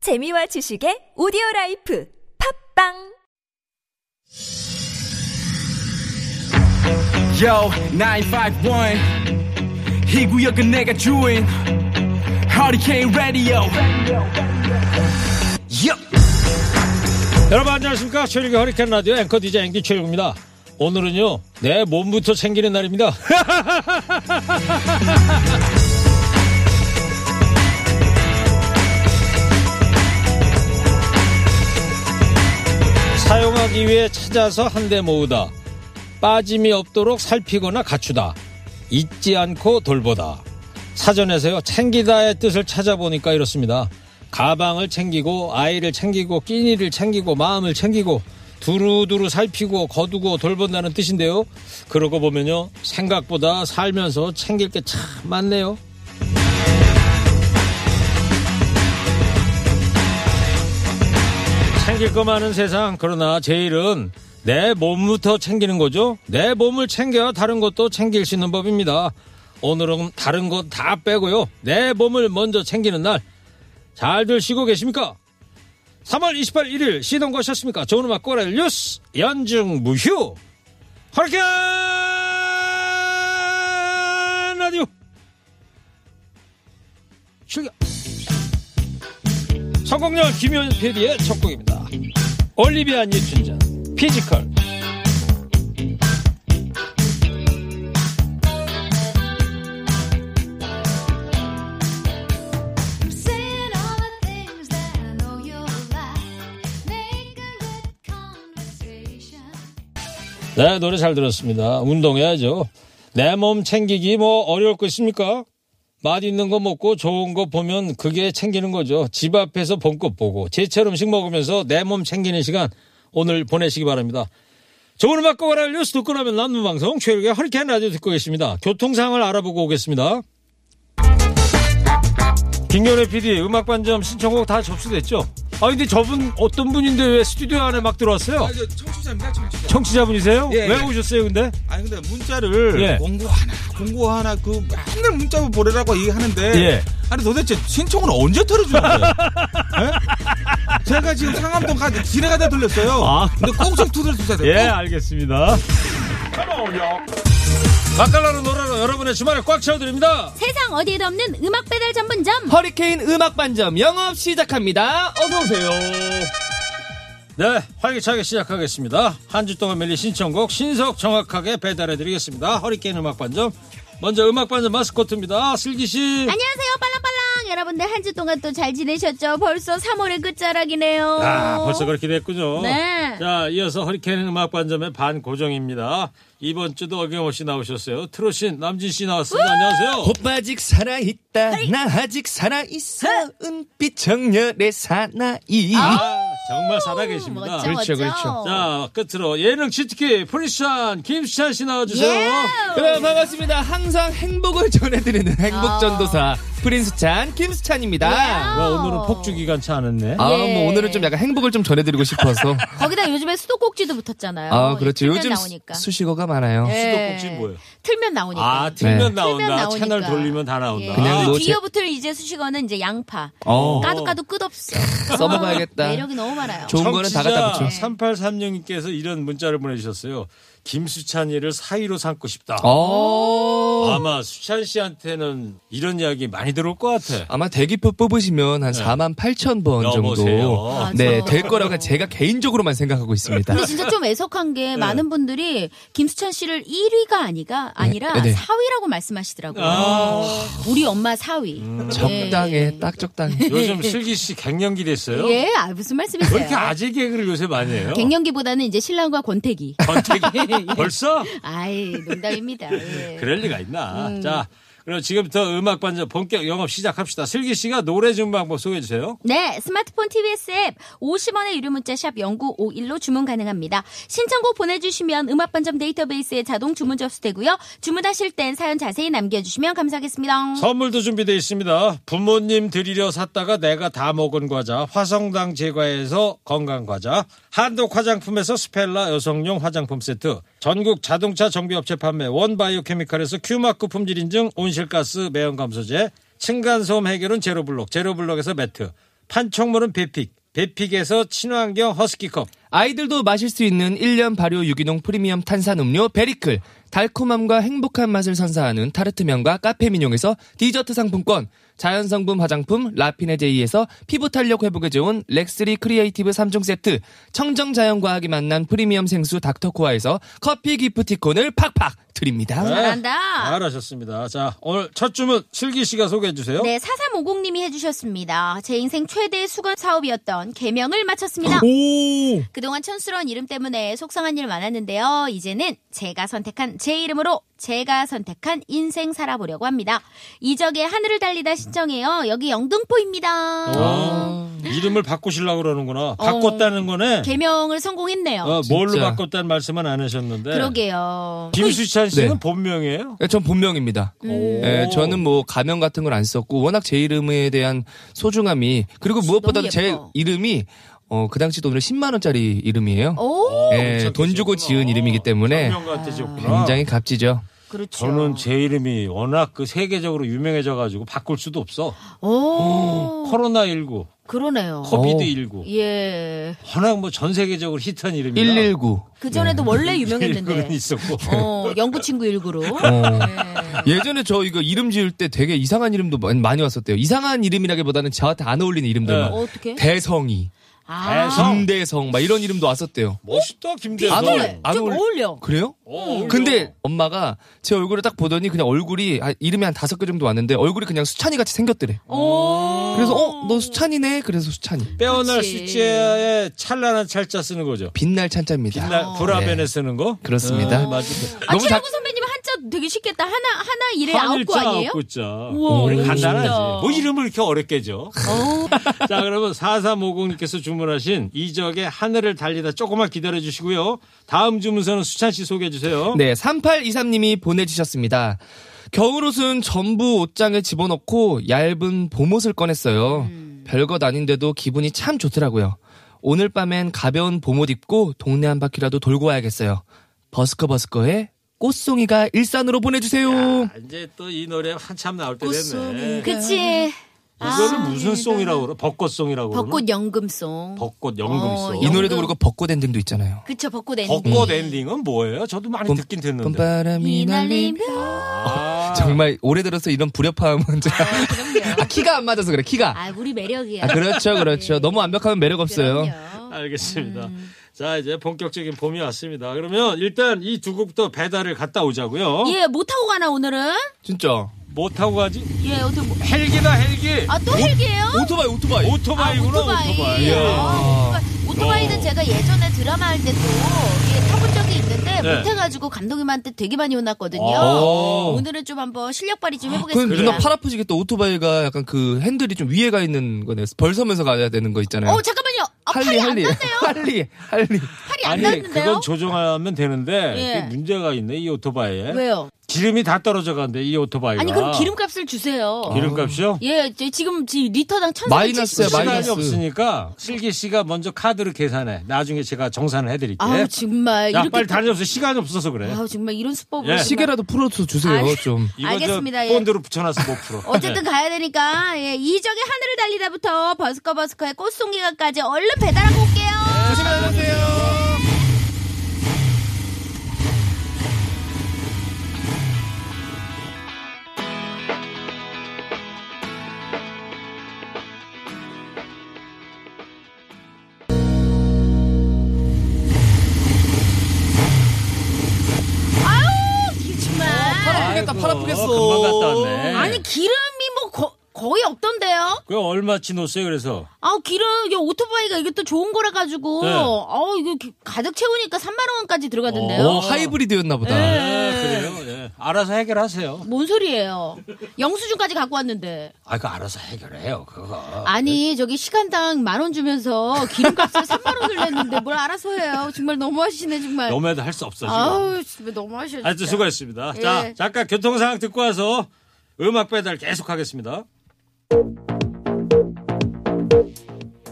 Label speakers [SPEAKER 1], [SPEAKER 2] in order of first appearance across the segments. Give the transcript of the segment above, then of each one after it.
[SPEAKER 1] 재미와 지식의 오디오 라이프 팝빵
[SPEAKER 2] Yo, 951. 이 구역은 내가 주인. Hurricane Radio. Yup.
[SPEAKER 3] 여러분 안녕하십니까 최일구 허리케인 라디오 앵커 DJ 앵디 최일구입니다 오늘은요 내 몸부터 챙기는 날입니다 사용하기 위해 찾아서 한 대 모으다 빠짐이 없도록 살피거나 갖추다 잊지 않고 돌보다 사전에서요 챙기다의 뜻을 찾아보니까 이렇습니다 가방을 챙기고 아이를 챙기고 끼니를 챙기고 마음을 챙기고 두루두루 살피고 거두고 돌본다는 뜻인데요 그러고 보면요 생각보다 살면서 챙길 게 참 많네요 챙길 거 많은 세상 그러나 제일은 내 몸부터 챙기는 거죠 내 몸을 챙겨야 다른 것도 챙길 수 있는 법입니다 오늘은 다른 것 다 빼고요 내 몸을 먼저 챙기는 날 잘들 쉬고 계십니까 3월 28일 일일 시동 거셨습니까 좋은 음악 꼬라 뉴스 연중 무휴 허리케인 라디오 출격 성공열 김현 PD의 첫 곡입니다. 올리비아 뉴튼전 피지컬
[SPEAKER 4] I'm saying all the things that I know you'll like. Naked with conversation.
[SPEAKER 3] 네 노래 잘 들었습니다. 운동해야죠. 내 몸 챙기기 뭐 어려울 거 있습니까? 맛있는 거 먹고 좋은 거 보면 그게 챙기는 거죠. 집 앞에서 봄꽃 보고 제철 음식 먹으면서 내 몸 챙기는 시간 오늘 보내시기 바랍니다. 좋은 음악 꺼라 뉴스 듣고 나면 남는 방송 최일의 허리케인 라디오 듣고 계십니다. 교통 상황을 알아보고 오겠습니다. 김경래 PD 음악 반점 신청곡 다 접수됐죠? 아 근데 저분 어떤 분인데 왜 스튜디오 안에 막 들어왔어요?
[SPEAKER 5] 아, 저 청취자입니다, 청취자.
[SPEAKER 3] 청취자분이세요?
[SPEAKER 5] 예,
[SPEAKER 3] 왜
[SPEAKER 5] 예.
[SPEAKER 3] 오셨어요 근데?
[SPEAKER 5] 아니 근데 문자를
[SPEAKER 3] 예.
[SPEAKER 5] 공고 하나, 공고 하나 그 맨날 문자로 보내라고 얘기하는데
[SPEAKER 3] 예.
[SPEAKER 5] 아니 도대체 신청은 언제 털어주는 거예요? 예? 제가 지금 상암동까지 지뢰가다 들렸어요.
[SPEAKER 3] 아.
[SPEAKER 5] 근데 꼭좀 두드려주셔야 돼요.
[SPEAKER 3] 예, 알겠습니다. 맛깔나는 노래로 여러분의 주말을 꽉 채워드립니다.
[SPEAKER 6] 세상 어디에도 없는 음악 배달 전문점
[SPEAKER 7] 허리케인 음악 반점 영업 시작합니다. 어서 오세요.
[SPEAKER 3] 네, 활기차게 시작하겠습니다. 한 주 동안 밀린 신청곡 신속 정확하게 배달해드리겠습니다. 허리케인 음악반점. 먼저 음악반점 마스코트입니다. 슬기씨.
[SPEAKER 6] 안녕하세요 빨랑빨랑 여러분들 한 주 동안 또 잘 지내셨죠 벌써 3월의 끝자락이네요
[SPEAKER 3] 아, 벌써 그렇게 됐군요.
[SPEAKER 6] 네.
[SPEAKER 3] 자, 이어서 허리케인 음악반점의 반고정입니다. 이번 주도 어김없이 나오셨어요. 트로신 남진씨 나왔습니다. 안녕하세요.
[SPEAKER 7] 오빠 아직 살아있다. 나 아직 살아있어. 은빛 정열의 사나이.
[SPEAKER 3] 아, 정말 살아계십니다.
[SPEAKER 6] 멋져
[SPEAKER 7] 그렇죠,
[SPEAKER 6] 멋져
[SPEAKER 7] 그렇죠.
[SPEAKER 6] 어.
[SPEAKER 3] 자, 끝으로 예능 치트키 프리시안 김시찬 씨 나와주세요.
[SPEAKER 6] 예!
[SPEAKER 7] 그럼 네, 반갑습니다. 항상 행복을 전해드리는 행복 전도사 프린스 찬 김수찬입니다.
[SPEAKER 3] 와, 오늘은 폭주 기간차 안 했네.
[SPEAKER 7] 아,
[SPEAKER 6] 예.
[SPEAKER 7] 뭐 오늘은 좀 약간 행복을 좀 전해드리고 싶어서.
[SPEAKER 6] 거기다 요즘에 수도꼭지도 붙었잖아요
[SPEAKER 7] 아,
[SPEAKER 4] 어,
[SPEAKER 7] 그렇죠.
[SPEAKER 6] 틀면
[SPEAKER 7] 요즘
[SPEAKER 6] 나오니까
[SPEAKER 7] 수식어가 많아요.
[SPEAKER 3] 수도꼭지는 뭐예요?
[SPEAKER 6] 틀면 나오니까
[SPEAKER 3] 아, 틀면
[SPEAKER 7] 네.
[SPEAKER 3] 나온다.
[SPEAKER 6] 틀면 네. 나오니까.
[SPEAKER 3] 채널 돌리면 다 나온다.
[SPEAKER 6] 예.
[SPEAKER 7] 그냥
[SPEAKER 3] 아,
[SPEAKER 7] 뭐 제-
[SPEAKER 6] 뒤에 붙을 이제 수식어는 이제 양파
[SPEAKER 7] 어.
[SPEAKER 6] 까도 까도 끝없어
[SPEAKER 7] 써먹어야겠다.
[SPEAKER 6] 매력이 너무 많아요
[SPEAKER 7] 좋은 거는 다 갖다 붙여.
[SPEAKER 3] 3836님께서 이런 문자를 보내주셨어요. 김수찬이를 사이로 삼고 싶다.
[SPEAKER 7] 어.
[SPEAKER 3] 아마 수찬 씨한테는 이런 이야기 많이 들어올 것 같아.
[SPEAKER 7] 아마 대기표 뽑으시면
[SPEAKER 3] 네.
[SPEAKER 7] 한 4만 8천 번 정도.
[SPEAKER 3] 여보세요.
[SPEAKER 7] 네,
[SPEAKER 6] 맞아.
[SPEAKER 7] 될 거라고 제가 개인적으로만 생각하고 있습니다.
[SPEAKER 6] 근데 진짜 좀 애석한 게
[SPEAKER 3] 네.
[SPEAKER 6] 많은 분들이 김수찬 씨를 1위가 아니가 아니라
[SPEAKER 7] 네, 네.
[SPEAKER 6] 4위라고 말씀하시더라고요.
[SPEAKER 3] 아.
[SPEAKER 6] 우리 엄마 4위.
[SPEAKER 7] 음,
[SPEAKER 6] 예.
[SPEAKER 7] 적당해, 딱 적당해.
[SPEAKER 3] 요즘 슬기 씨 갱년기 됐어요?
[SPEAKER 6] 예, 아, 무슨
[SPEAKER 3] 왜 이렇게
[SPEAKER 6] 말씀이세요?
[SPEAKER 3] 아재 개그를 요새 많이 해요?
[SPEAKER 6] 갱년기보다는 예. 이제 신랑과 권태기.
[SPEAKER 3] 권태기? 벌써?
[SPEAKER 6] 아이, 농담입니다. 예.
[SPEAKER 3] 그럴 리가 있나. 자, 그럼 지금부터 음악 반점 본격 영업 시작합시다. 슬기 씨가 노래 준비 방법 소개해 주세요.
[SPEAKER 6] 네, 스마트폰 TBS 앱 50원의 유료 문자 샵 0951로 주문 가능합니다. 신청곡 보내주시면 음악반점 데이터베이스에 자동 주문 접수되고요. 주문하실 땐 사연 자세히 남겨주시면 감사하겠습니다.
[SPEAKER 3] 선물도 준비되어 있습니다. 부모님 드리려 샀다가 내가 다 먹은 과자, 화성당 제과에서 건강 과자, 한독 화장품에서 스펠라 여성용 화장품 세트, 전국 자동차 정비업체 판매 원바이오 케미칼에서 큐마크 품질 인증, 온실가스 매연 감소제, 층간소음 해결은 제로블록, 제로블록에서 매트, 판촉물은 베픽, 베픽에서 친환경 허스키컵,
[SPEAKER 7] 아이들도 마실 수 있는 1년 발효 유기농 프리미엄 탄산 음료 베리클, 달콤함과 행복한 맛을 선사하는 타르트면과 카페민용에서 디저트 상품권, 자연성분 화장품 라피네제이에서 피부 탄력 회복에 좋은 렉스리 크리에이티브 3종 세트, 청정 자연과학이 만난 프리미엄 생수 닥터코아에서 커피 기프티콘을 팍팍 드립니다.
[SPEAKER 6] 잘한다.
[SPEAKER 3] 네. 잘하셨습니다. 자, 오늘 첫 주문 슬기 씨가 소개해 주세요.
[SPEAKER 6] 네, 4350님이 해주셨습니다. 제 인생 최대 수건 사업이었던 개명을 마쳤습니다.
[SPEAKER 3] 오!
[SPEAKER 6] 그동안 촌스러운 이름 때문에 속상한 일 많았는데요. 이제는 제가 선택한 제 이름으로 제가 선택한 인생 살아보려고 합니다. 이적의 하늘을 달리다 신청해요. 여기 영등포입니다.
[SPEAKER 3] 아, 이름을 바꾸시려고 그러는구나. 바꿨다는 거네.
[SPEAKER 6] 어. 개명을 성공했네요.
[SPEAKER 3] 어, 네. 뭘로
[SPEAKER 7] 진짜.
[SPEAKER 3] 바꿨다는 말씀은 안 하셨는데.
[SPEAKER 6] 그러게요.
[SPEAKER 3] 김수찬 씨는
[SPEAKER 7] 네.
[SPEAKER 3] 본명이에요.
[SPEAKER 7] 전 본명입니다.
[SPEAKER 6] 음.
[SPEAKER 7] 예, 저는 뭐 가명 같은 걸 안 썼고 워낙 제 이름에 대한 소중함이 그리고 무엇보다도 제
[SPEAKER 6] 예뻐.
[SPEAKER 7] 이름이 어, 그 당시 돈으로 10만 원짜리 이름이에요.
[SPEAKER 3] 어,
[SPEAKER 6] 오,
[SPEAKER 7] 예, 돈 주고 지은 이름이기 때문에
[SPEAKER 3] 본명한테 지었구나.
[SPEAKER 7] 굉장히 값지죠.
[SPEAKER 6] 그렇죠.
[SPEAKER 3] 저는 제 이름이 워낙 그 세계적으로 유명해져가지고 바꿀 수도 없어.
[SPEAKER 6] 오,
[SPEAKER 3] 코로나19,
[SPEAKER 6] 그러네요.
[SPEAKER 3] 코비드19.
[SPEAKER 6] 예.
[SPEAKER 3] 워낙 뭐 전 세계적으로 히트한 이름이라.
[SPEAKER 7] 119.
[SPEAKER 6] 그 전에도 원래
[SPEAKER 3] 네. 일군은
[SPEAKER 6] 유명했는데.
[SPEAKER 3] 있었고.
[SPEAKER 6] 어, 영구 친구 일구로.
[SPEAKER 3] 어.
[SPEAKER 7] 예전에 저 이거 이름 지을 때 되게 이상한 이름도 많- 많이 왔었대요. 이상한 이름이라기보다는 저한테 안 어울리는 이름들만.
[SPEAKER 6] 어, 어떡해?
[SPEAKER 7] 대성이,
[SPEAKER 6] 아,
[SPEAKER 7] 김대성 막 이런 이름도 왔었대요.
[SPEAKER 3] 멋있다, 김대성.
[SPEAKER 7] 안 어울- 안
[SPEAKER 6] 좀
[SPEAKER 7] 어울-
[SPEAKER 6] 어울려.
[SPEAKER 7] 그래요?
[SPEAKER 3] 어,
[SPEAKER 7] 근데 엄마가 제 얼굴을 딱 보더니 그냥 얼굴이 한- 이름이 한 다섯 개 정도 왔는데 얼굴이 그냥 수찬이 같이 생겼더래. 그래서 어 너 수찬이네. 그래서 수찬이.
[SPEAKER 3] 빼어날
[SPEAKER 6] 그치.
[SPEAKER 3] 수치에 찬란한 찰자 쓰는 거죠.
[SPEAKER 7] 빛날 찬자입니다.
[SPEAKER 3] 빛나 불화변에 쓰는 거?
[SPEAKER 7] 네. 그렇습니다.
[SPEAKER 3] 아, 맞아.
[SPEAKER 6] 아,
[SPEAKER 7] 너무
[SPEAKER 6] 최
[SPEAKER 7] 자-
[SPEAKER 6] 구 선배님 한자 되게 쉽겠다. 하나, 하나 일에 네, 아홉
[SPEAKER 3] 한일자
[SPEAKER 6] 거 아니에요?
[SPEAKER 3] 아홉구자.
[SPEAKER 6] 우와,
[SPEAKER 3] 우리
[SPEAKER 6] 멋있다.
[SPEAKER 3] 간단하지. 뭐 이름을 이렇게 어렵게 죠 자, 그러면 4350님께서 주문하신 이적의 하늘을 달리다 조금만 기다려 주시고요. 다음 주문서는 수찬 씨 소개해 주세요.
[SPEAKER 7] 네, 3823님이 보내주셨습니다. 겨울옷은 전부 옷장에 집어넣고 얇은 봄옷을 꺼냈어요. 별것 아닌데도 기분이 참 좋더라고요. 오늘 밤엔 가벼운 봄옷 입고 동네 한 바퀴라도 돌고 와야겠어요. 버스커 버스커의 꽃송이가 일산으로 보내주세요.
[SPEAKER 3] 아, 이제 또 이 노래 한참 나올 때 됐네.
[SPEAKER 6] 그치. 아, 네.
[SPEAKER 3] 이거는 무슨 송이라고 그러? 벚꽃송이라고 그러?
[SPEAKER 6] 벚꽃 연금송.
[SPEAKER 3] 벚꽃 연금송.
[SPEAKER 6] 어,
[SPEAKER 7] 이 노래도
[SPEAKER 6] 연금.
[SPEAKER 7] 그렇고 벚꽃 엔딩도 있잖아요.
[SPEAKER 6] 그쵸, 벚꽃 엔딩.
[SPEAKER 3] 벚꽃 엔딩은 뭐예요? 저도 많이 듣긴 듣는데.
[SPEAKER 7] 봄바람이 날림.
[SPEAKER 3] 아,
[SPEAKER 7] 정말 오래 들어서 이런 불협화음은 제가 아, 키가 안 맞아서 그래 키가.
[SPEAKER 6] 아, 우리 매력이야.
[SPEAKER 7] 아, 그렇죠 그렇죠. 너무 완벽하면 매력 없어요.
[SPEAKER 6] 그럼요.
[SPEAKER 3] 알겠습니다.
[SPEAKER 6] 네.
[SPEAKER 3] 자, 이제 본격적인 봄이 왔습니다. 그러면 일단 이 두 곡부터 배달을 갔다 오자고요.
[SPEAKER 6] 예, 못하고 가나, 오늘은?
[SPEAKER 7] 진짜.
[SPEAKER 3] 뭐 타고 가지?
[SPEAKER 6] 예, 어떻게, 뭐-
[SPEAKER 3] 헬기다 헬기.
[SPEAKER 6] 아, 또 헬기예요?
[SPEAKER 7] 오토바이 오토바이.
[SPEAKER 3] 오토바이구나
[SPEAKER 6] 아,
[SPEAKER 3] 오토바이. 예.
[SPEAKER 6] 아, 오토바이.
[SPEAKER 7] 어.
[SPEAKER 6] 오토바이는 제가 예전에 드라마 할 때도 이게 타본 적이 있는데
[SPEAKER 3] 네.
[SPEAKER 6] 못해가지고 감독님한테 되게 많이 혼났거든요.
[SPEAKER 3] 아.
[SPEAKER 6] 오늘은 좀 한번 실력 발휘 좀
[SPEAKER 7] 아, 그럼
[SPEAKER 6] 해보겠습니다.
[SPEAKER 7] 누나 팔 아프시겠다. 오토바이가 약간 그 핸들이 좀 위에가 있는 거네. 벌서면서 가야 되는 거 있잖아요.
[SPEAKER 6] 어 잠깐만요. 아, 팔이 안 났네요.
[SPEAKER 7] 할리, 할리.
[SPEAKER 6] 팔이 안
[SPEAKER 3] 아니
[SPEAKER 6] 났는데요.
[SPEAKER 3] 그건 조정하면 되는데
[SPEAKER 6] 예.
[SPEAKER 3] 그게 문제가 있네 이 오토바이에.
[SPEAKER 6] 왜요?
[SPEAKER 3] 기름이 다 떨어져 간대 이 오토바이가. 어.
[SPEAKER 6] 아니 그럼 기름값을 주세요.
[SPEAKER 3] 네. 기름값이요? 그
[SPEAKER 6] 예, 저 지금 지- 리터당 천
[SPEAKER 7] 마이너스야,
[SPEAKER 3] 시간이
[SPEAKER 7] 마이너스.
[SPEAKER 3] 없으니까 슬기 씨가 먼저 카드를 계산해. 나중에 제가 정산을 해드릴게.
[SPEAKER 6] 아우 정말
[SPEAKER 3] 예. 야
[SPEAKER 6] 이렇게
[SPEAKER 3] 빨리 다녀오세요. 시간이 없어서 그래.
[SPEAKER 6] 아우 정말 이런 수법을
[SPEAKER 3] 예.
[SPEAKER 6] 정말.
[SPEAKER 7] 시계라도 풀어서 주세요,
[SPEAKER 6] 아니.
[SPEAKER 7] 좀.
[SPEAKER 3] 이거
[SPEAKER 6] 알겠습니다,
[SPEAKER 3] 저
[SPEAKER 6] 예.
[SPEAKER 3] 본드로 네. 붙여놔서 못 풀어.
[SPEAKER 6] 어쨌든 가야 되니까 예, 이적의 하늘을 달리다부터 버스커 버스커의 꽃송이가까지 얼른 배달하고 올게요. 아우 정말.
[SPEAKER 7] 아프겠다, 팔 아프겠어.
[SPEAKER 3] 금방 갔다 왔네.
[SPEAKER 6] 그러니까 아니 기름이 뭐 거, 거의 없던데요?
[SPEAKER 3] 그 얼마치 넣었어요? 그래서
[SPEAKER 6] 아 기름 이게 오토바이가 이게 또 좋은 거라 가지고
[SPEAKER 3] 네.
[SPEAKER 6] 아 이거 기- 가득 채우니까 3만 원까지 들어가던데요? 네.
[SPEAKER 7] 어, 하이브리드였나 보다.
[SPEAKER 3] 아, 그래요. 예. 알아서 해결하세요.
[SPEAKER 6] 뭔 소리예요? 영수증까지 갖고 왔는데
[SPEAKER 3] 아, 그 알아서 해결해요. 그거.
[SPEAKER 6] 아니 저기 시간당 만 원 주면서 기름값을 3만 원을 냈는데 뭘 알아서 해요? 정말 너무하시네 정말.
[SPEAKER 3] 너무해도 할 수 없어 지금.
[SPEAKER 6] 아우 진짜 너무하셔. 진짜.
[SPEAKER 3] 하여튼 수고했습니다.
[SPEAKER 6] 예.
[SPEAKER 3] 자, 잠깐 교통 상황 듣고 와서 음악 배달 계속하겠습니다.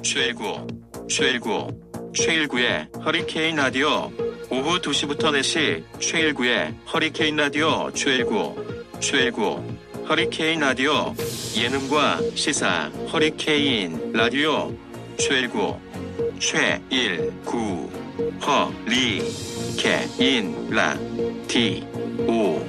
[SPEAKER 8] 최일구, 최일구, 최일구의 허리케인 라디오. 오후 네 2시부터 4시, 최일구의 허리케인 라디오 최일구, 최일구, 허리케인 라디오 예능과 시사 허리케인 라디오 최일구 최일구 허리케인 라디오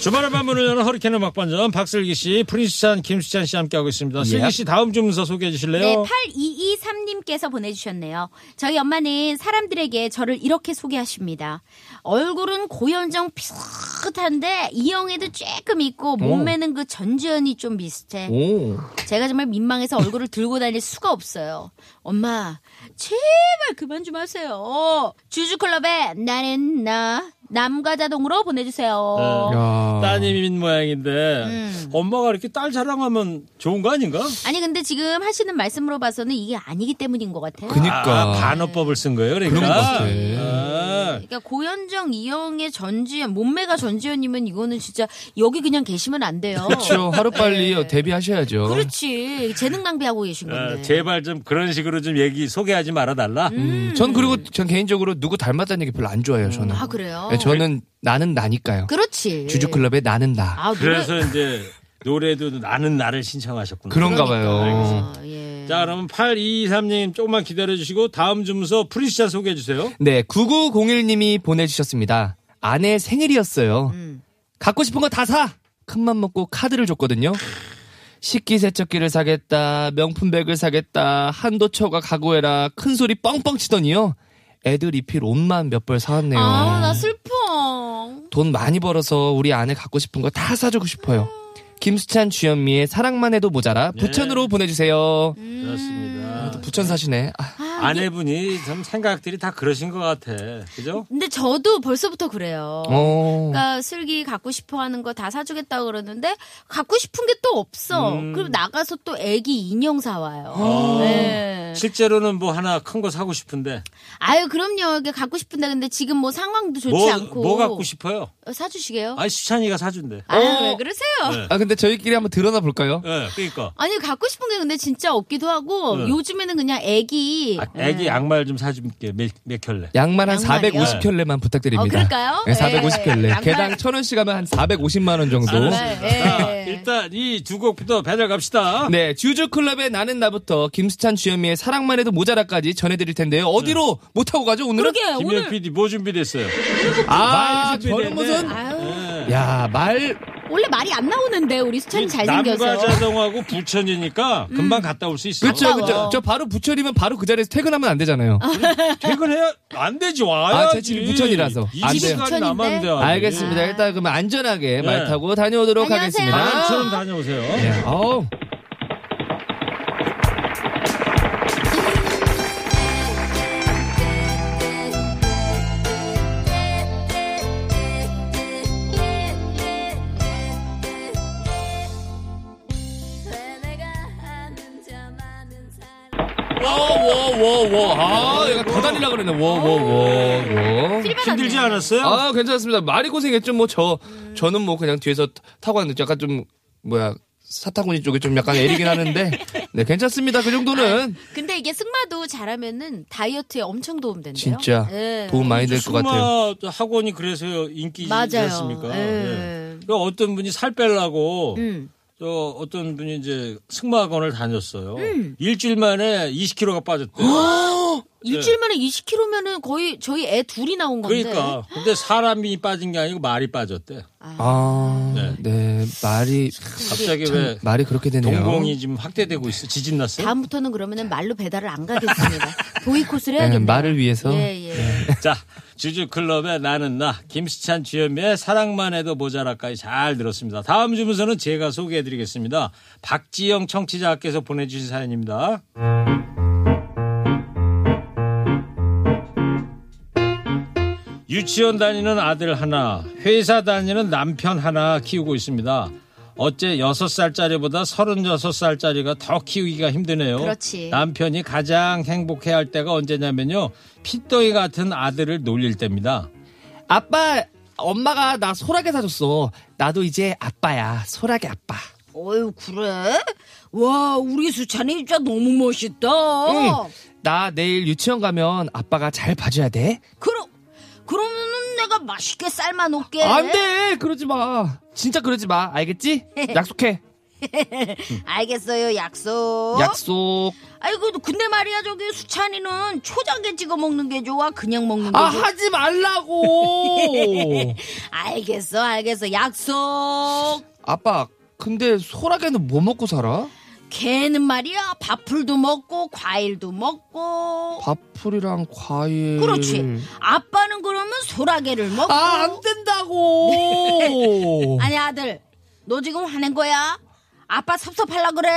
[SPEAKER 3] 주말의 밤문을 여는 허리케인 음악반전 박슬기 씨, 프린스찬, 김수찬 씨 함께하고 있습니다. 슬기 씨 다음 주문서 소개해 주실래요?
[SPEAKER 6] 네, 8223님께서 보내주셨네요. 저희 엄마는 사람들에게 저를 이렇게 소개하십니다. 얼굴은 고현정 비슷한데 이영애도 조금
[SPEAKER 7] 어.
[SPEAKER 6] 있고 몸매는 그 전지현이 좀 비슷해.
[SPEAKER 7] 오.
[SPEAKER 6] 제가 정말 민망해서 얼굴을 들고 다닐 수가 없어요. 엄마, 제발 그만 좀 하세요. 주주클럽에 나는 나 남과 자동으로 보내주세요.
[SPEAKER 3] 네.
[SPEAKER 7] 야.
[SPEAKER 3] 따님인 모양인데
[SPEAKER 6] 음.
[SPEAKER 3] 엄마가 이렇게 딸 자랑하면 좋은 거 아닌가?
[SPEAKER 6] 아니 근데 지금 하시는 말씀으로 봐서는 이게 아니기 때문인 것 같아요.
[SPEAKER 3] 아,
[SPEAKER 7] 그니까.
[SPEAKER 3] 반어법을 쓴 거예요, 그러니까.
[SPEAKER 7] 그런 것 같아.
[SPEAKER 3] 아.
[SPEAKER 6] 그러니까 고현정 이영의 전지현 몸매가 전지현이면 이거는 진짜 여기 그냥 계시면 안 돼요.
[SPEAKER 7] 그렇죠. 하루빨리
[SPEAKER 6] 네.
[SPEAKER 7] 데뷔하셔야죠.
[SPEAKER 6] 그렇지 재능 낭비하고 계신
[SPEAKER 3] 아,
[SPEAKER 6] 건데.
[SPEAKER 3] 제발 좀 그런 식으로 좀 얘기 소개하지 말아달라.
[SPEAKER 7] 음, 전 그리고 전 개인적으로 누구 닮았다는 얘기 별로 안 좋아해요, 저는.
[SPEAKER 6] 아 그래요.
[SPEAKER 7] 네, 저는 나는 나니까요.
[SPEAKER 6] 그렇지.
[SPEAKER 7] 주주클럽의 나는 나.
[SPEAKER 6] 아 노래
[SPEAKER 3] 그래서 이제 노래도 나는 나를 신청하셨구나.
[SPEAKER 7] 그런가 봐요.
[SPEAKER 6] 그러니까. 예.
[SPEAKER 3] 자, 그럼 8223님 조금만 기다려주시고 다음 주문서 프린스찬 소개해주세요.
[SPEAKER 7] 네, 9901님이 보내주셨습니다. 아내 생일이었어요.
[SPEAKER 6] 음.
[SPEAKER 7] 갖고 싶은 거 다 사! 큰맘 먹고 카드를 줬거든요. 식기 세척기를 사겠다, 명품 백을 사겠다, 한도 초과 각오해라, 큰 소리 뻥뻥 치더니요. 애들 입힐 옷만 몇 벌 사왔네요.
[SPEAKER 6] 아나 슬퍼.
[SPEAKER 7] 돈 많이 벌어서 우리 아내 갖고 싶은 거 다 사주고 싶어요. 김수찬, 주현미의 사랑만 해도 모자라 부천으로 보내주세요.
[SPEAKER 6] 음.
[SPEAKER 3] 그렇습니다.
[SPEAKER 7] 부천 사시네. 아,
[SPEAKER 3] 아내분이 참 생각들이 다 그러신 것 같아. 그죠?
[SPEAKER 6] 근데 저도 벌써부터 그래요.
[SPEAKER 7] 어.
[SPEAKER 6] 그러니까 슬기 갖고 싶어 하는 거 다 사주겠다 그러는데 갖고 싶은 게 또 없어. 그럼 나가서 또 애기 인형 사와요. 네.
[SPEAKER 3] 실제로는 뭐 하나 큰 거 사고 싶은데
[SPEAKER 6] 아유 그럼요. 이게 갖고 싶은데 근데 지금 뭐 상황도 좋지
[SPEAKER 3] 뭐,
[SPEAKER 6] 않고
[SPEAKER 3] 뭐 갖고 싶어요?
[SPEAKER 6] 어, 사주시게요.
[SPEAKER 3] 아니 수찬이가 사준대.
[SPEAKER 6] 아유
[SPEAKER 7] 어.
[SPEAKER 6] 왜 그러세요?
[SPEAKER 3] 네.
[SPEAKER 7] 아, 근데 저희끼리 한번 드러나 볼까요?
[SPEAKER 3] 예, 그러니까.
[SPEAKER 6] 아니 갖고 싶은 게 근데 진짜 없기도 하고
[SPEAKER 3] 네.
[SPEAKER 6] 요즘에는 그냥 애기 네.
[SPEAKER 3] 아, 애기 양말 좀 사줄게. 몇, 몇 켤레.
[SPEAKER 7] 양말 한
[SPEAKER 6] 양말이요?
[SPEAKER 7] 450켤레만 부탁드립니다.
[SPEAKER 6] 어, 그럴까요?
[SPEAKER 7] 네, 450켤레.
[SPEAKER 6] 예, 양말.
[SPEAKER 7] 개당 1,000원씩 하면 한 450만 원 정도.
[SPEAKER 6] 정말 예.
[SPEAKER 3] 자, 아, 일단 이 두 곡부터 배달 갑시다.
[SPEAKER 7] 네, 주주클럽의 나는 나부터 김수찬 주현미의 사랑만 해도 모자라까지 전해드릴 텐데요. 어디로 못하고 가죠, 오늘은?
[SPEAKER 6] 네. 그러게
[SPEAKER 3] 김현
[SPEAKER 6] 오늘
[SPEAKER 3] PD 뭐 준비됐어요?
[SPEAKER 7] 아,
[SPEAKER 3] 말
[SPEAKER 7] 저는
[SPEAKER 3] 준비되네.
[SPEAKER 7] 무슨.
[SPEAKER 6] 아유
[SPEAKER 7] 야, 말.
[SPEAKER 6] 원래 말이 안 나오는데 우리 수찬이
[SPEAKER 3] 남과
[SPEAKER 6] 잘생겨서
[SPEAKER 3] 자동하고 부천이니까 금방 갔다 올 수 있어.
[SPEAKER 7] 음. 그쵸, 그쵸.
[SPEAKER 6] 반가워. 네.
[SPEAKER 7] 저 바로 부천이면 바로 그 자리에서 퇴근하면 안 되잖아요.
[SPEAKER 3] 퇴근해야 안 되지 와야지.
[SPEAKER 7] 아, 제 집이 부천이라서. 안 돼요.
[SPEAKER 3] 20시간 남았는데.
[SPEAKER 6] 부천인데?
[SPEAKER 3] 와야지.
[SPEAKER 7] 알겠습니다. 일단 그러면 안전하게
[SPEAKER 3] 네.
[SPEAKER 7] 말 타고 다녀오도록
[SPEAKER 6] 안녕하세요.
[SPEAKER 7] 하겠습니다.
[SPEAKER 3] 부천 다녀오세요.
[SPEAKER 7] 네, 어우. 워워워워 아 얘가 더 달리라 그러네 워워워워
[SPEAKER 3] 힘들지 않았어요?
[SPEAKER 7] 아 괜찮습니다 많이 고생했죠 뭐 저 저는 뭐 그냥 뒤에서 타- 타고 왔는데 약간 좀 뭐야 사타구니 쪽에 좀 약간 애리긴 하는데 네 괜찮습니다 그
[SPEAKER 6] 아,
[SPEAKER 7] 정도는
[SPEAKER 6] 근데 이게 승마도 잘하면은 다이어트에 엄청 도움된대요.
[SPEAKER 7] 진짜
[SPEAKER 6] 예.
[SPEAKER 3] 네.
[SPEAKER 7] 도움 많이 될 것 같아요 네.
[SPEAKER 3] 수마 학원이 그래서 인기지
[SPEAKER 6] 맞아요.
[SPEAKER 3] 않습니까?
[SPEAKER 6] 예.
[SPEAKER 3] 예. 그러니까 어떤 분이 살 빼려고
[SPEAKER 6] 음.
[SPEAKER 3] 저 어떤 분이 이제 승마학원을 다녔어요.
[SPEAKER 7] 음.
[SPEAKER 3] 일주일 만에 20kg가 빠졌대요.
[SPEAKER 7] 아,
[SPEAKER 6] 일주일 만에 20kg면은 거의 저희 애 둘이 나온 건데.
[SPEAKER 3] 그러니까 근데 사람이 빠진 게 아니고 말이 빠졌대.
[SPEAKER 7] 아네
[SPEAKER 3] 네.
[SPEAKER 7] 말이
[SPEAKER 3] 갑자기 왜
[SPEAKER 7] 말이 그렇게 되네요
[SPEAKER 3] 동공이 지금 확대되고 있어? 지진 났어요?
[SPEAKER 6] 다음부터는 그러면은 말로 배달을 안 가겠습니다. 도이 코스를
[SPEAKER 7] 네,
[SPEAKER 6] 해야겠네요.
[SPEAKER 7] 말을 위해서
[SPEAKER 6] 예, 예.
[SPEAKER 3] 자, 주주클럽의 나는 나, 김수찬 주현미의 사랑만 해도 모자라까지 잘 들었습니다. 다음 주문서는 제가 소개해드리겠습니다. 박지영 청취자께서 보내주신 사연입니다. 유치원 다니는 아들 하나, 회사 다니는 남편 하나 키우고 있습니다. 어째 6살짜리보다 36살짜리가 더 키우기가 힘드네요.
[SPEAKER 6] 그렇지.
[SPEAKER 3] 남편이 가장 행복해할 때가 언제냐면요. 핏덩이 같은 아들을 놀릴 때입니다.
[SPEAKER 7] 아빠 엄마가 나 소라게 사줬어 나도 이제 아빠야 소라게 아빠
[SPEAKER 6] 어유 그래? 와 우리 수찬이 진짜 너무 멋있다.
[SPEAKER 7] 응. 나 내일 유치원 가면 아빠가 잘 봐줘야 돼.
[SPEAKER 6] 그럼 그러면은 내가 내가 맛있게 삶아 놓게.
[SPEAKER 7] 안 돼! 그러지
[SPEAKER 6] 어?
[SPEAKER 7] 마. 진짜 그러지 마. 알겠지? 약속해.
[SPEAKER 6] 알겠어요, 약속.
[SPEAKER 7] 약속.
[SPEAKER 6] 아이고, 근데 말이야, 저기 수찬이는 초장에 찍어 먹는 게 좋아? 그냥 먹는 게
[SPEAKER 7] 아,
[SPEAKER 6] 좋아?
[SPEAKER 7] 하지 말라고!
[SPEAKER 6] 알겠어, 알겠어, 약속.
[SPEAKER 7] 아빠, 근데 소라게는 뭐 먹고 살아?
[SPEAKER 6] 걔는 말이야, 밥풀도 먹고, 과일도 먹고.
[SPEAKER 7] 밥풀이랑 과일.
[SPEAKER 6] 그렇지. 아빠는 그러면 소라게를 먹고.
[SPEAKER 7] 음. 아, 안 된다고!
[SPEAKER 6] 아니 아들 너 지금 화낸 거야? 아빠 섭섭할라 그래?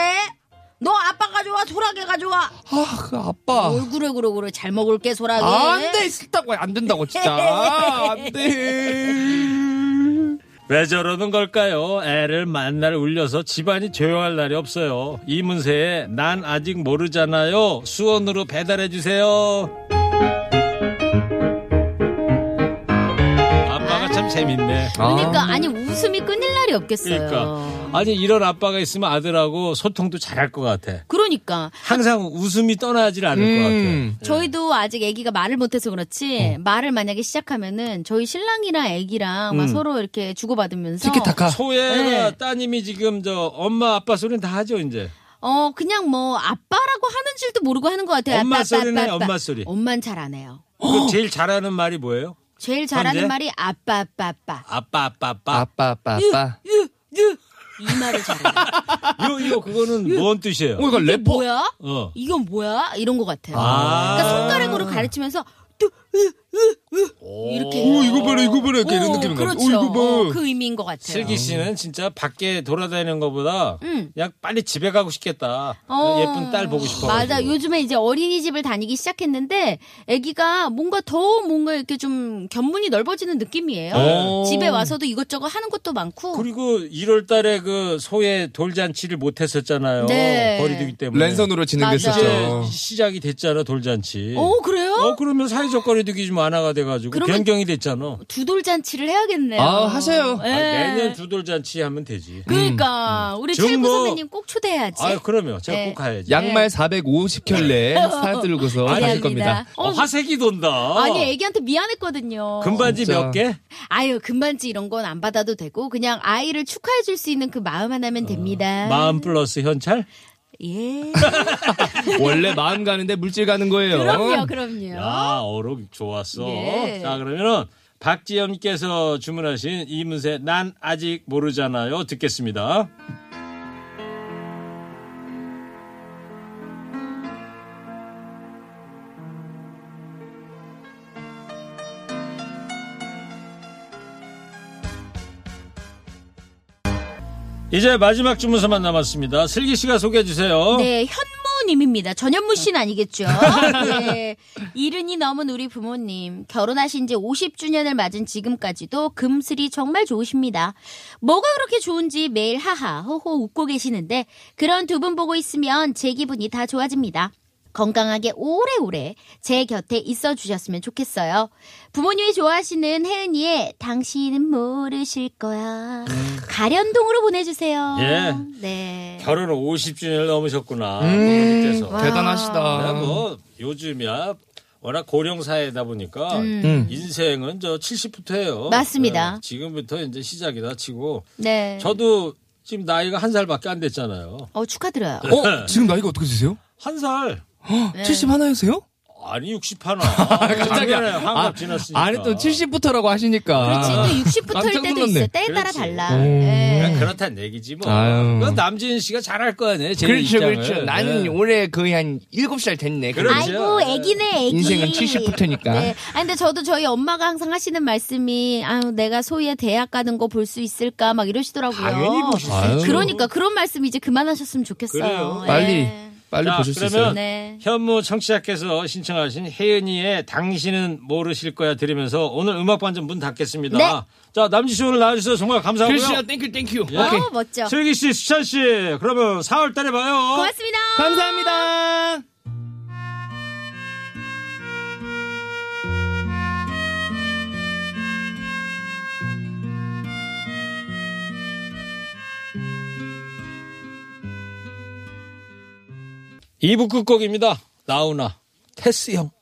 [SPEAKER 6] 너 아빠 가져와 소라게 가져와
[SPEAKER 7] 아, 그 아빠.
[SPEAKER 6] 얼 그래 그래 그래 잘 먹을게 소라게
[SPEAKER 7] 안 돼, 싫다고. 안 된다고, 진짜. 안 돼.
[SPEAKER 3] 왜 저러는 걸까요? 애를 만날 울려서 집안이 조용할 날이 없어요. 이문세의 난 아직 모르잖아요. 수원으로 배달해 주세요. 아빠가 참 재밌네.
[SPEAKER 6] 그러니까 아니 웃음이 끊일 날이 없겠어요
[SPEAKER 3] 그러니까 아니 이런 아빠가 있으면 아들하고 소통도 잘할 것 같아.
[SPEAKER 6] 그러니까.
[SPEAKER 3] 항상 웃음이 떠나질 않을 네.
[SPEAKER 7] 음.
[SPEAKER 6] 저희도 아직 아기가 말을 못해서 그렇지
[SPEAKER 7] 어.
[SPEAKER 6] 말을 만약에 시작하면은 저희 신랑이랑 아기랑 막 서로 이렇게 주고받으면서
[SPEAKER 3] 것
[SPEAKER 7] 음. 티키타카.
[SPEAKER 3] 같아. 소혜가
[SPEAKER 6] 네.
[SPEAKER 3] 따님이 지금 저 엄마 아빠 소리는 다 하죠 이제.
[SPEAKER 6] 어 그냥 뭐 아빠라고 하는 줄도 모르고 하는 것 같아요
[SPEAKER 3] 엄마
[SPEAKER 6] 아빠, 아빠,
[SPEAKER 3] 소리네,
[SPEAKER 6] 아빠, 아빠.
[SPEAKER 3] 엄마 소리.
[SPEAKER 6] 엄만 잘 안 해요
[SPEAKER 3] 그 제일 잘하는 말이 뭐예요?
[SPEAKER 6] 제일 잘하는
[SPEAKER 3] 언제?
[SPEAKER 6] 말이 아빠 아빠 아빠
[SPEAKER 3] 아빠 아빠 아빠.
[SPEAKER 7] 아빠, 아빠, 아빠.
[SPEAKER 6] 이 말을 잘해요
[SPEAKER 3] 요 이거 그거는 뭔 뜻이에요?
[SPEAKER 7] 이거
[SPEAKER 6] 이게 뭐야?
[SPEAKER 3] 어.
[SPEAKER 6] 이건 뭐야? 이런 것 같아요.
[SPEAKER 3] 아.
[SPEAKER 6] 그러니까 손가락으로 가르치면서 또 이렇게.
[SPEAKER 7] 오, 이거 봐라, 이거 봐라. 이렇게 이런
[SPEAKER 6] 오,
[SPEAKER 7] 느낌인 거야.
[SPEAKER 6] 그렇죠.
[SPEAKER 7] 오, 이거
[SPEAKER 6] 어,
[SPEAKER 7] 봐.
[SPEAKER 6] 그 의미인 것 같아요.
[SPEAKER 3] 슬기 씨는 진짜 밖에 돌아다니는 것보다
[SPEAKER 6] 음.
[SPEAKER 3] 그냥 빨리 집에 가고 싶겠다.
[SPEAKER 6] 어.
[SPEAKER 3] 예쁜 딸 보고 싶어.
[SPEAKER 6] 맞아. 요즘에 이제 어린이집을 다니기 시작했는데 아기가 뭔가 더 뭔가 이렇게 좀 견문이 넓어지는 느낌이에요.
[SPEAKER 3] 네.
[SPEAKER 6] 집에 와서도 이것저것 하는 것도 많고.
[SPEAKER 3] 그리고 1월 달에 그 소의 돌잔치를 못 했었잖아요.
[SPEAKER 6] 네.
[SPEAKER 3] 버리기 때문에.
[SPEAKER 7] 랜선으로
[SPEAKER 3] 이제
[SPEAKER 7] 진행됐었죠.
[SPEAKER 3] 시작이 됐잖아 돌잔치.
[SPEAKER 6] 오 그래요?
[SPEAKER 3] 어 그러면 사회적 거리두기 좀 완화가 돼가지고
[SPEAKER 6] 그러면-
[SPEAKER 3] 변경이 됐잖아.
[SPEAKER 6] 두돌 잔치를 해야겠네요.
[SPEAKER 7] 아, 하세요.
[SPEAKER 6] 예.
[SPEAKER 3] 아, 내년 두돌 잔치 하면 되지.
[SPEAKER 6] 그러니까 우리
[SPEAKER 3] 지금
[SPEAKER 6] 칠구
[SPEAKER 3] 뭐-
[SPEAKER 6] 선배님 꼭 초대해야지.
[SPEAKER 3] 아 그러면 제가
[SPEAKER 6] 네.
[SPEAKER 3] 꼭 가야지.
[SPEAKER 7] 양말 450켤레 사들고서 가실
[SPEAKER 6] 기대합니다.
[SPEAKER 7] 겁니다.
[SPEAKER 3] 어, 화색이 돈다.
[SPEAKER 6] 아니 애기한테 미안했거든요.
[SPEAKER 3] 금반지
[SPEAKER 7] 어, 진짜.
[SPEAKER 3] 몇 개?
[SPEAKER 6] 아유 금반지 이런 건 안 받아도 되고 그냥 아이를 축하해 줄 수 있는 그 마음 하나면 됩니다.
[SPEAKER 3] 어. 마음 플러스 현찰?
[SPEAKER 6] 예.
[SPEAKER 7] 원래 마음 가는데 물질 가는 거예요.
[SPEAKER 6] 그럼요, 그럼요.
[SPEAKER 3] 야, 아, 어록 좋았어.
[SPEAKER 6] 예.
[SPEAKER 3] 자, 그러면은 박지연께서 주문하신 이문세 난 아직 모르잖아요. 듣겠습니다. 이제 마지막 주문서만 남았습니다. 슬기 씨가 소개해 주세요.
[SPEAKER 6] 네, 현무님입니다. 전현무 씨는 아니겠죠? 네. 이른이 넘은 우리 부모님. 결혼하신 지 50주년을 맞은 지금까지도 금슬이 정말 좋으십니다. 뭐가 그렇게 좋은지 매일 하하, 호호 웃고 계시는데 그런 두 분 보고 있으면 제 기분이 다 좋아집니다. 건강하게 오래오래 제 곁에 있어 주셨으면 좋겠어요. 부모님이 좋아하시는 혜은이의 당신은 모르실 거야. 가련동으로 보내주세요.
[SPEAKER 3] 음. 예.
[SPEAKER 6] 네.
[SPEAKER 3] 결혼 50주년을 넘으셨구나.
[SPEAKER 6] 음,
[SPEAKER 3] 부모님께서.
[SPEAKER 7] 대단하시다.
[SPEAKER 6] 아.
[SPEAKER 3] 그냥 뭐 요즘이야 워낙 고령 사회다 보니까
[SPEAKER 7] 음.
[SPEAKER 3] 인생은 저 70부터 해요.
[SPEAKER 6] 음. 맞습니다.
[SPEAKER 3] 네, 지금부터 이제 시작이다 치고
[SPEAKER 6] 네.
[SPEAKER 3] 저도 지금 나이가 한 살밖에 안 됐잖아요.
[SPEAKER 6] 어, 축하드려요.
[SPEAKER 3] 네.
[SPEAKER 7] 어, 지금 나이가 어떻게 되세요?
[SPEAKER 3] 한 살.
[SPEAKER 7] 71세요?
[SPEAKER 3] 아니 60 하나. 작년에 한갑 지났으니까.
[SPEAKER 7] 아니 또 70부터라고 하시니까.
[SPEAKER 6] 그렇지 또 60부터일
[SPEAKER 7] 아. 깜짝
[SPEAKER 6] 때도
[SPEAKER 7] 놀랐네.
[SPEAKER 6] 있어 때에 따라
[SPEAKER 3] 그렇지.
[SPEAKER 6] 달라.
[SPEAKER 7] 음.
[SPEAKER 6] 예.
[SPEAKER 3] 네. 그냥 그렇다는 얘기지 뭐.
[SPEAKER 7] 아유.
[SPEAKER 3] 그건 남진 씨가 잘할 거 아니에요. 제
[SPEAKER 7] 그렇죠,
[SPEAKER 3] 입장을.
[SPEAKER 7] 그렇죠. 나는
[SPEAKER 3] 네.
[SPEAKER 7] 올해 거의 한 7살 됐네.
[SPEAKER 3] 그렇죠.
[SPEAKER 6] 아이고 애기네 애기.
[SPEAKER 7] 인생은 70부터니까.
[SPEAKER 6] 네. 아 근데 저도 저희 엄마가 항상 하시는 말씀이 아유 내가 소희의 대학 가는 거 볼 수 있을까 막 이러시더라고요.
[SPEAKER 3] 당연히 보실 수
[SPEAKER 7] 아유.
[SPEAKER 3] 있죠.
[SPEAKER 6] 그러니까 그런 말씀 이제 그만하셨으면 좋겠어요.
[SPEAKER 3] 그래요.
[SPEAKER 6] 예.
[SPEAKER 7] 빨리 빨리
[SPEAKER 3] 자,
[SPEAKER 7] 보실 수
[SPEAKER 3] 그러면
[SPEAKER 7] 있어요.
[SPEAKER 6] 네.
[SPEAKER 3] 현무 청취자께서 신청하신 혜은이의 당신은 모르실 거야 들으면서 오늘 음악 반점 문 닫겠습니다.
[SPEAKER 6] 네.
[SPEAKER 3] 자, 남지 씨 오늘 나와주셔서 정말 감사하고요.
[SPEAKER 7] 글씨야, 땡큐 땡큐.
[SPEAKER 3] 예.
[SPEAKER 7] 오케이.
[SPEAKER 6] 어, 멋져.
[SPEAKER 3] 슬기 씨, 수찬 씨, 그러면 4월 달에 봐요.
[SPEAKER 6] 고맙습니다.
[SPEAKER 7] 감사합니다.
[SPEAKER 3] 이부 끝곡입니다. 나훈아, 테스 형.